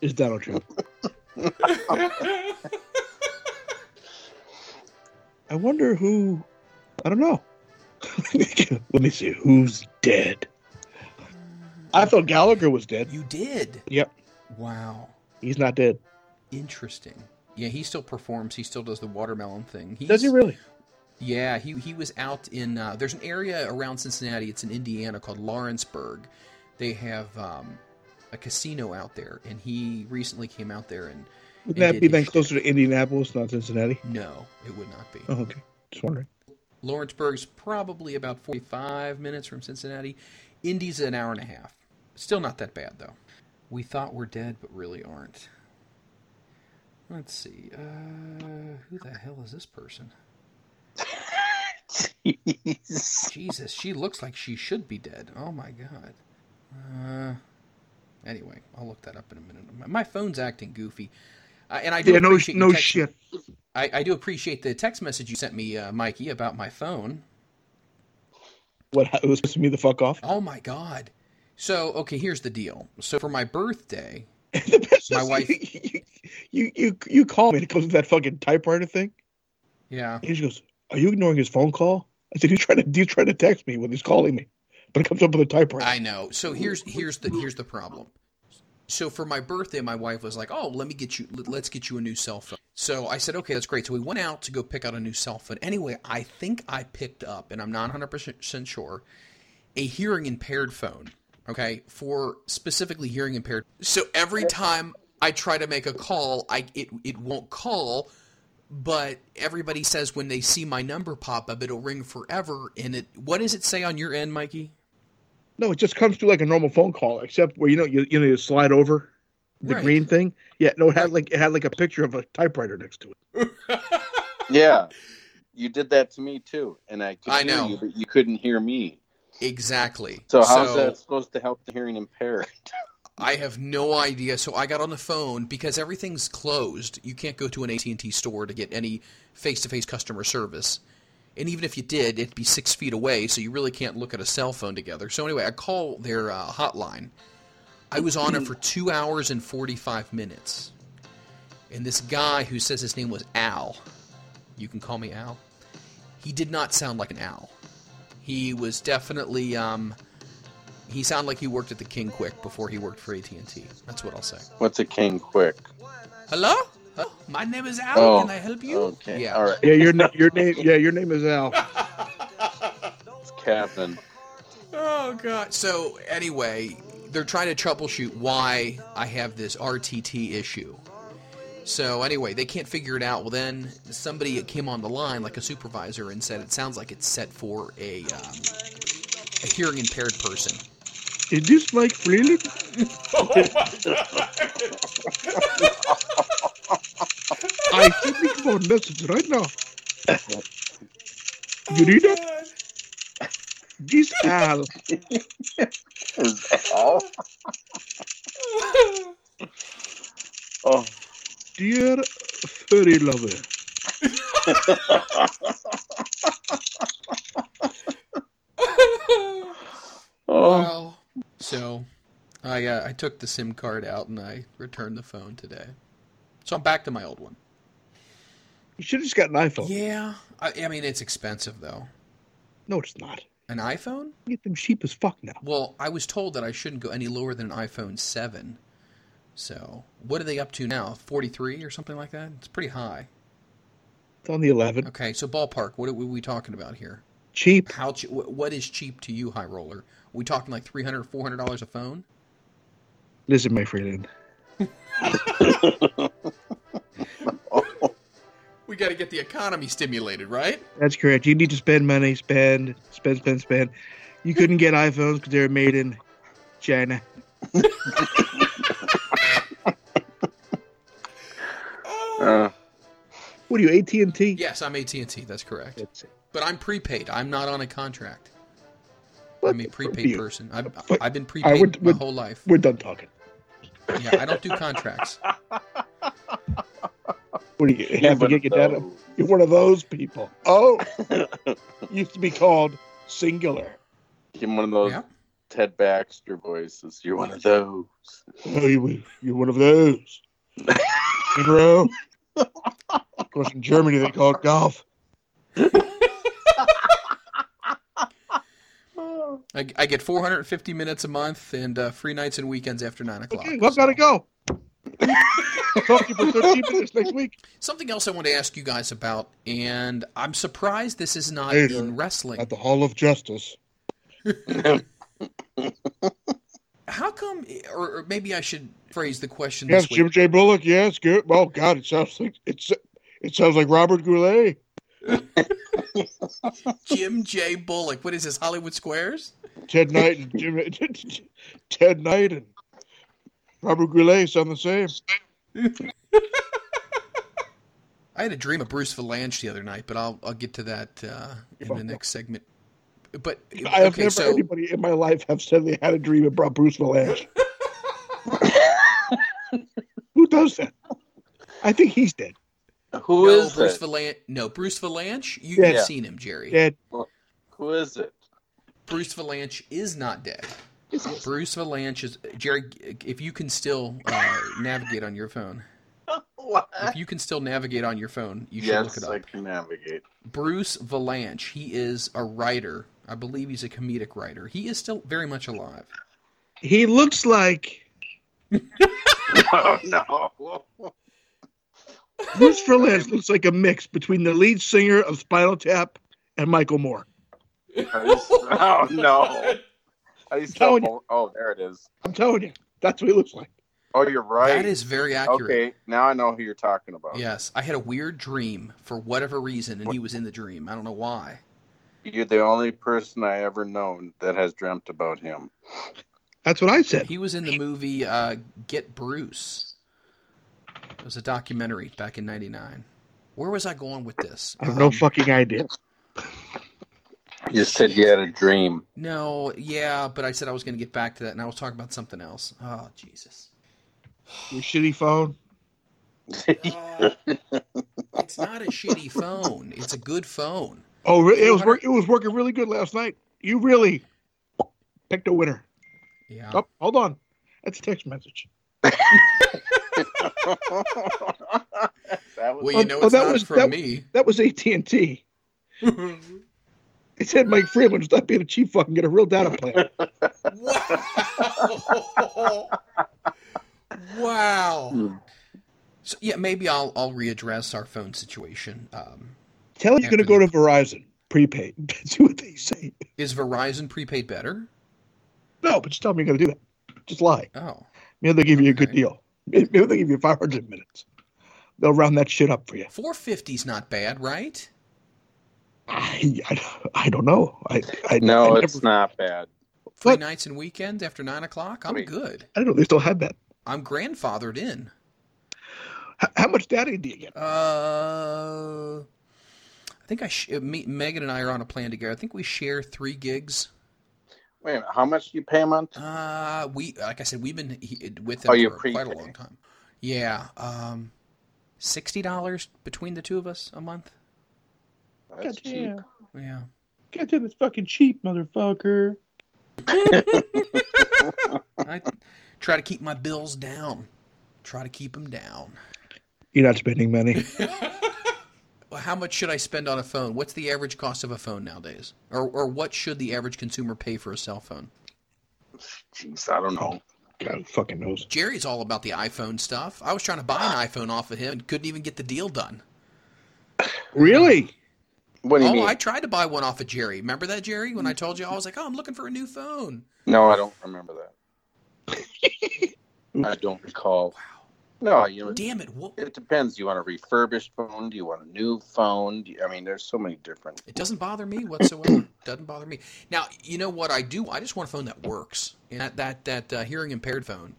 is Donald Trump. I wonder who. I don't know. Let me see who's dead. I thought Gallagher was dead.
You did.
Yep,
Wow.
he's not dead.
Interesting. Yeah, he still performs. He still does the watermelon thing. He's,
Does he really?
Yeah, he he was out in. Uh, there's an area around Cincinnati. It's in Indiana called Lawrenceburg. They have um, a casino out there, and he recently came out there. And And
Wouldn't that
did
be
he
then
still-
closer to Indianapolis, not Cincinnati?
no, it would not be.
Oh, okay. Just wondering.
Lawrenceburg's probably about 45 minutes from Cincinnati. Indy's an hour and a half. Still not that bad, though. We thought we're dead, but really aren't. Let's see. Uh, who the hell is this person?
Jeez.
Jesus, she looks like she should be dead. Oh my god. Uh, anyway, I'll look that up in a minute. My, my phone's acting goofy, uh, and I do
Yeah, no,
appreciate you
no
text-
shit.
I, I do appreciate the text message you sent me, uh, Mikey, about my phone.
What it was pissing me the fuck off.
Oh my god! So okay, here's the deal. So for my birthday,
the best
My
is
wife-
You, you you you call me and it goes to that fucking typewriter thing.
yeah,
And she goes, "Are you ignoring his phone call?" I said, "He's trying to he's trying to text me when he's calling me, but it comes up with a typewriter."
I know. So here's here's the here's the problem. So for my birthday, my wife was like, "Oh, let me get you. let- Let's get you a new cell phone." So I said, "Okay, that's great." So we went out to go pick out a new cell phone. Anyway, I think I picked up, and I'm not 100 percent sure, a hearing impaired phone. Okay, for specifically hearing impaired. So every time I try to make a call, I it it won't call. But everybody says when they see my number pop up, it'll ring forever. And it, what does it say on your end, Mikey?
No, it just comes through like a normal phone call, except where you know you, you know you slide over the
Right.
green thing. Yeah, no, it
Right.
had like it had like a picture of a typewriter next to it.
Yeah, you did that to me too, and I could
I
hear
know.
you, but you couldn't hear me.
Exactly.
So how's that supposed to help the hearing impaired?
I have no idea. So I got on the phone because everything's closed. You can't go to an AT&T store to get any face-to-face customer service. And even if you did, it'd be six feet away, so you really can't look at a cell phone together. So anyway, I call their uh, hotline. I was on it for two hours and 45 minutes. And this guy who says his name was Al, you can call me Al, he did not sound like an owl. He was definitely... Um, he sounded like he worked at the King Quick before he worked for AT and T. That's what I'll say.
What's a king quick?
Hello, Hello? my name is Al.
Oh,
Can I help you?
Okay,
Yeah.
all right,
Yeah, your na- your name yeah your name is Al.
it's Captain.
Oh god. So anyway, they're trying to troubleshoot why I have this RTT issue. So anyway, they can't figure it out. Well, then somebody came on the line, like a supervisor, and said it sounds like it's set for a um, a hearing impaired person.
Is this Mike Freeland? I think we can message right now. You read it? This Al.
Is that all? Oh,
Dear furry lover,
oh,
Well, so I uh, I took the SIM card out and I returned the phone today. So I'm back to my old one.
you should have just got an
Oh.
iPhone.
Yeah, I, I mean it's expensive though.
No, it's not.
An iPhone?
Get them cheap as fuck now.
Well, I was told that I shouldn't go any lower than an iPhone 7. So, what are they up to now? 43 or something like that? It's pretty high.
It's on the 11.
Okay, so ballpark, what are we we talking about here?
Cheap.
How che- wh- what is cheap to you, high roller? Are we talking like 300 $400 a phone?
Listen, my friend.
We got to get the economy stimulated, right?
That's correct. You need to spend money. Spend, spend, spend, spend. You couldn't get iPhones because they were made in China.
uh,
What are you, AT and T?
Yes, I'm AT&T, that's correct. But I'm prepaid. I'm not on a contract. I'm a prepaid person. I've,
But
I've been prepaid
would-
my
would-
whole life.
We're done talking.
Yeah, I don't do contracts.
What are you?
you're
Half a
one of
gig data?
those.
You're one of those people. Oh, used to be called singular.
You're one of
Oh.
those
Yeah.
Ted Baxter voices. You're one of those.
Oh, you, you're one of those. In Rome. Of course, in Germany, they call it golf.
I, I get 450 minutes a month and uh, free nights and weekends after 9 o'clock.
Okay, well, I've got to go. Talk to you for 13 minutes next week.
Something else I want to ask you guys about, and I'm surprised this is not
Later.
in wrestling.
At the Hall of Justice.
How come, or, or maybe I should phrase the question
Yes,
this way.
Jim J. Bullock. Yes, good. Oh God, it sounds like it's it sounds like Robert Goulet.
Jim J. Bullock. What is this, Hollywood Squares?
Ted Knight and Jim, Ted Knight and Robert Goulet sound the same.
I had a dream of Bruce Valanche the other night, but I'll I'll get to that uh, in the next segment. But
I have
okay,
never
so
anybody in my life have said they had a dream and brought Bruce Valanche. Who does that? I think he's dead.
Who
no,
is
Bruce
it?
Valanche. No, Bruce Valanche. You,
Yeah.
You've seen him, Jerry.
Dead.
Who is it?
Bruce Valanche is not dead. Bruce Valanche is Jerry. If you can still uh, navigate on your phone,
What?
if you can still navigate on your phone, you should look
Yes,
it up.
I can navigate.
Bruce Valanche. He is a writer. I believe he's a comedic writer. He is still very much alive.
He looks like
Oh no!
Bruce Valanche looks like a mix between the lead singer of Spinal Tap and Michael Moore.
I just- oh no! I just
Telling
don't- oh, there it is.
I'm telling you, that's what he looks like.
Oh, you're right.
That is very accurate.
okay. Now I know who you're talking about.
Yes, I had a weird dream for whatever reason, and he was in the dream. I don't know why.
You're the only person I ever known that has dreamt about him.
That's what I said.
He was in the movie uh, Get Bruce. It was a documentary back in '99. Where was I going with this?
I have no
Um,
fucking idea.
You said you had a dream.
No, yeah, but I said I was going to get back to that, and I was talking about something else. Oh, Jesus.
Your shitty phone.
Uh, it's not a shitty phone. It's a good phone.
Oh, re- it was work, it was working really good last night. You really picked a winner.
Yeah.
Oh, hold on, that's a text message.
that was
Well, you
Oh,
know,
oh,
it's
that
not
was-
from
that-
me.
That was AT and T. It said Mike Freeland stop being a cheap fuck and get a real data plan.
Wow.
Hmm.
wow. So yeah, maybe I'll I'll readdress our phone situation. Um,
Tell him you're going to go to Verizon prepaid. See what they say.
is Verizon prepaid better?
No, but just tell me you're going to do that. Just lie.
Oh,
Maybe they'll give you a good
Okay.
deal. Maybe they'll give you 500 minutes. They'll round that shit up for you.
450's not bad, right?
I, I, I don't know. I, I
no,
I
it's
never-
not bad.
Three
What?
nights and weekends after nine o'clock. I'm
Wait.
good.
I don't know. They still have that.
I'm grandfathered in.
How, how much data do you get?
Uh, I think I sh- uh, me, Megan and I are on a plan together. I think we share three gigs.
Wait, a minute, how much do you pay a month?
Uh, we like I said, we've been he- with them
Oh, you're
for quite a
prepaid.
long time. Yeah, um, sixty dollars between the two of us a month.
That's cheap.
Yeah,
Goddamn, it's fucking cheap, motherfucker.
I try to keep my bills down. Try to keep them down.
You're not spending money.
Well, How much should I spend on a phone? What's the average cost of a phone nowadays? Or, or what should the average consumer pay for a cell phone?
Jeez, I don't know.
Oh, God who fucking knows.
Jerry's all about the iPhone stuff. I was trying to buy an iPhone off of him and couldn't even get the deal done.
Really?
What do you
Oh,
mean?
I tried to buy one off of Jerry. Remember that, Jerry? When I told you, I was like, oh, I'm looking for a new phone.
No, I don't remember that. I don't recall. No, you.
Damn it. What?
It depends. Do you want a refurbished phone? Do you want a new phone? Do you- I mean, there's so many different.
It doesn't bother me whatsoever. doesn't bother me. Now, you know what I do? I just want a phone that works. And that, that, that uh, hearing impaired phone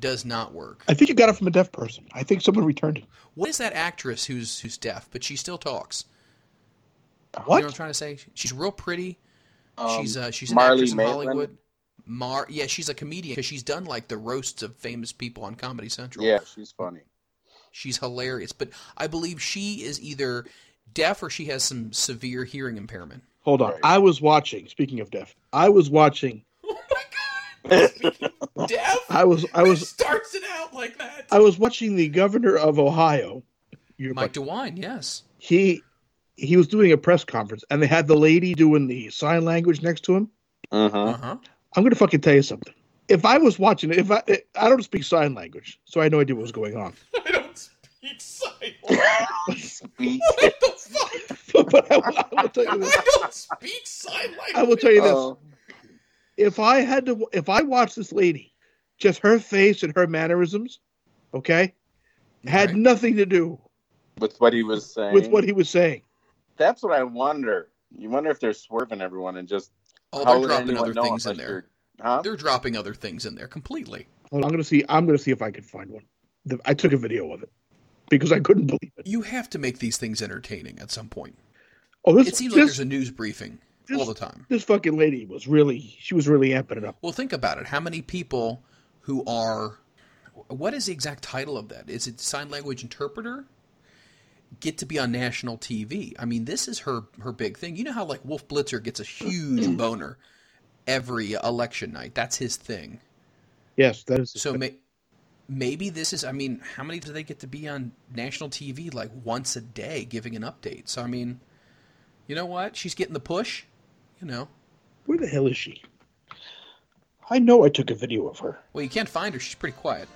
does not work.
I think you got it from a deaf person. I think someone returned it.
What is that actress who's, who's deaf, but she still talks?
Oh,
You know what I'm
What?
trying to say? She's real pretty.
Um,
she's uh, she's an
Marley
actress in
Maitland?
Hollywood. Mar, yeah, she's a comedian because she's done like the roasts of famous people on Comedy Central.
yeah, she's funny.
she's hilarious. But I believe she is either deaf or she has some severe hearing impairment.
Hold on.
Right.
I was watching. Speaking of deaf, I was watching.
Oh my god, deaf!
I was. I was.
starts it out like that.
I was watching the governor of Ohio. You're
Mike
like,
DeWine, yes.
he he was doing a press conference, and they had the lady doing the sign language next to him.
Mm-hmm.
Uh huh.
I'm gonna fucking tell you something. If I was watching, it, if I I don't speak sign language, so I had no idea what was going on.
I don't speak sign.
Speak.
What the fuck?
but I, will- I will tell you this.
don't speak sign language.
I will tell you this.
Oh,
if I had to, if I watched this lady, just her face and her mannerisms, okay, had
Right.
nothing to do
with what he was saying.
with what he was saying.
That's what I wonder. You wonder if they're swerving everyone and just
Oh,
how
they're
would
dropping
anyone
other
know
things in
unless
there.
you're- Huh?
They're dropping other things in there completely.
Hold on, I'm gonna see. I'm gonna see if I can find one. The- I took a video of it because I couldn't believe it.
You have to make these things entertaining at some point.
Oh, this
It seems like
this,
there's a news briefing. all the time.
This fucking lady was really, she was really amping it up.
Well, think about it. How many people who are, what is the exact title of that? Is it sign language interpreter? Get to be on national TV. I mean, this is her her big thing. You know how like Wolf Blitzer gets a huge boner every election night. That's his thing.
Yes, that is.
So may, maybe this is. I mean, how many do they get to be on national TV like once a day, giving an update? So I mean, you know what? She's getting the push. You know,
where the hell is she? I know I took a video of her.
Well, you can't find her. She's pretty quiet.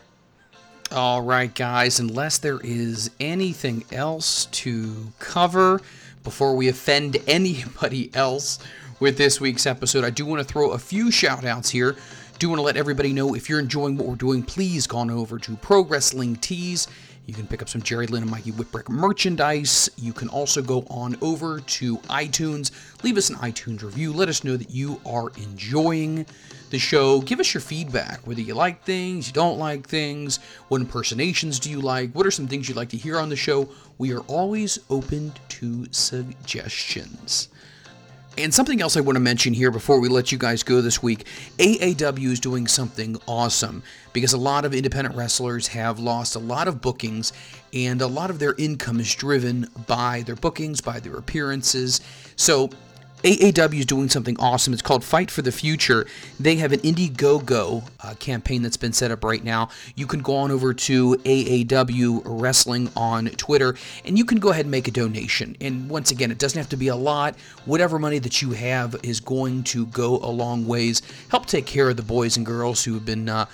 All right, guys, unless there is anything else to cover before we offend anybody else with this week's episode, I do want to throw a few shout outs here. Do want to let everybody know if you're enjoying what we're doing, please go on over to Pro Wrestling Tees. You can pick up some Jerry Lynn and Mikey Whitbrick merchandise. You can also go on over to iTunes, leave us an iTunes review, let us know that you are enjoying the show. Give us your feedback, whether you like things, you don't like things, what impersonations do you like, what are some things you'd like to hear on the show. We are always open to suggestions. And something else I want to mention here before we let you guys go this week AAW is doing something awesome because a lot of independent wrestlers have lost a lot of bookings, and a lot of their income is driven by their bookings, by their appearances. So, AAW is doing something awesome. It's called Fight for the Future. They have an Indiegogo uh, campaign that's been set up right now. You can go on over to AAW Wrestling on Twitter and you can go ahead and make a donation. And once again, it doesn't have to be a lot. Whatever money that you have is going to go a long ways. Help take care of the boys and girls who have been. Uh,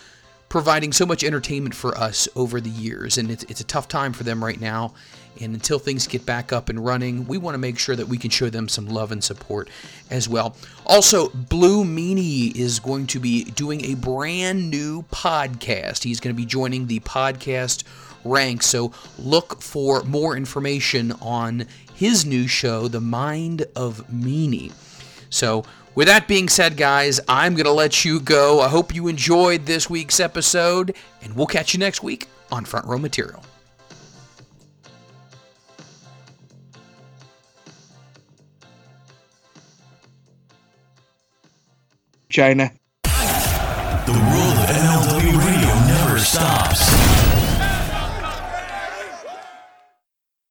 providing so much entertainment for us over the years, and it's, it's a tough time for them right now. And until things get back up and running, we want to make sure that we can show them some love and support as well. Also, Blue Meanie is going to be doing a brand new podcast. He's going to be joining the podcast rank. So look for more information on his new show, The Mind of Meanie. So, with that being said, guys, I'm going to let you go. I hope you enjoyed this week's episode, and we'll catch you next week on Front Row Material.
China.
The rule of